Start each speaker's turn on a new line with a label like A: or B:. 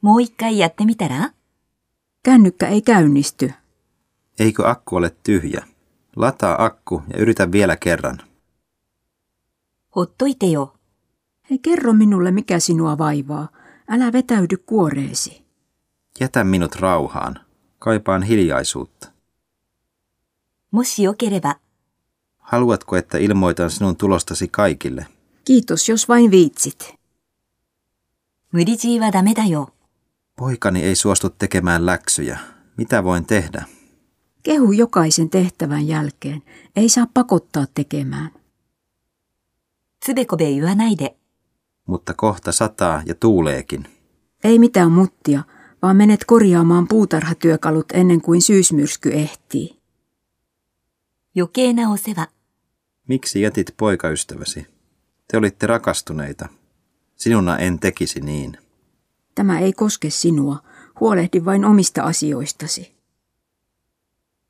A: もう一回やってみたら
B: Kännykkä ei käynnisty.
C: Eikö akku ole tyhjä? Lataa akku ja yritä vielä kerran.
A: ほっといてよ。
B: Hei, kerro minulle, mikä sinua vaivaa. Älä vetäydy kuoreesi.
C: Jätä minut rauhaan. Kaipaan hiljaisuutta.
A: もしよければ、
C: Haluatko, että ilmoitan sinun tulostasi kaikille?
B: Kiitos, jos vain viitsit.
A: 無理強いはダメだよ。
C: Poikani ei suostu tekemään läksyjä. Mitä voin tehdä?
B: Kehu jokaisen tehtävän jälkeen. Ei saa pakottaa tekemään.
A: つべこべ言わないで。
C: Mutta kohta sataa ja tuuleekin.
B: Ei mitään muttia, vaan menet korjaamaan puutarhatyökalut ennen kuin syysmyrsky ehtii.
A: 余計なお世話。
C: Miksi jätit poikaystäväsi? Te olitte rakastuneita. Sinuna en tekisi niin.
B: Tämä ei koske sinua. Huolehdi vain omista asioistasi.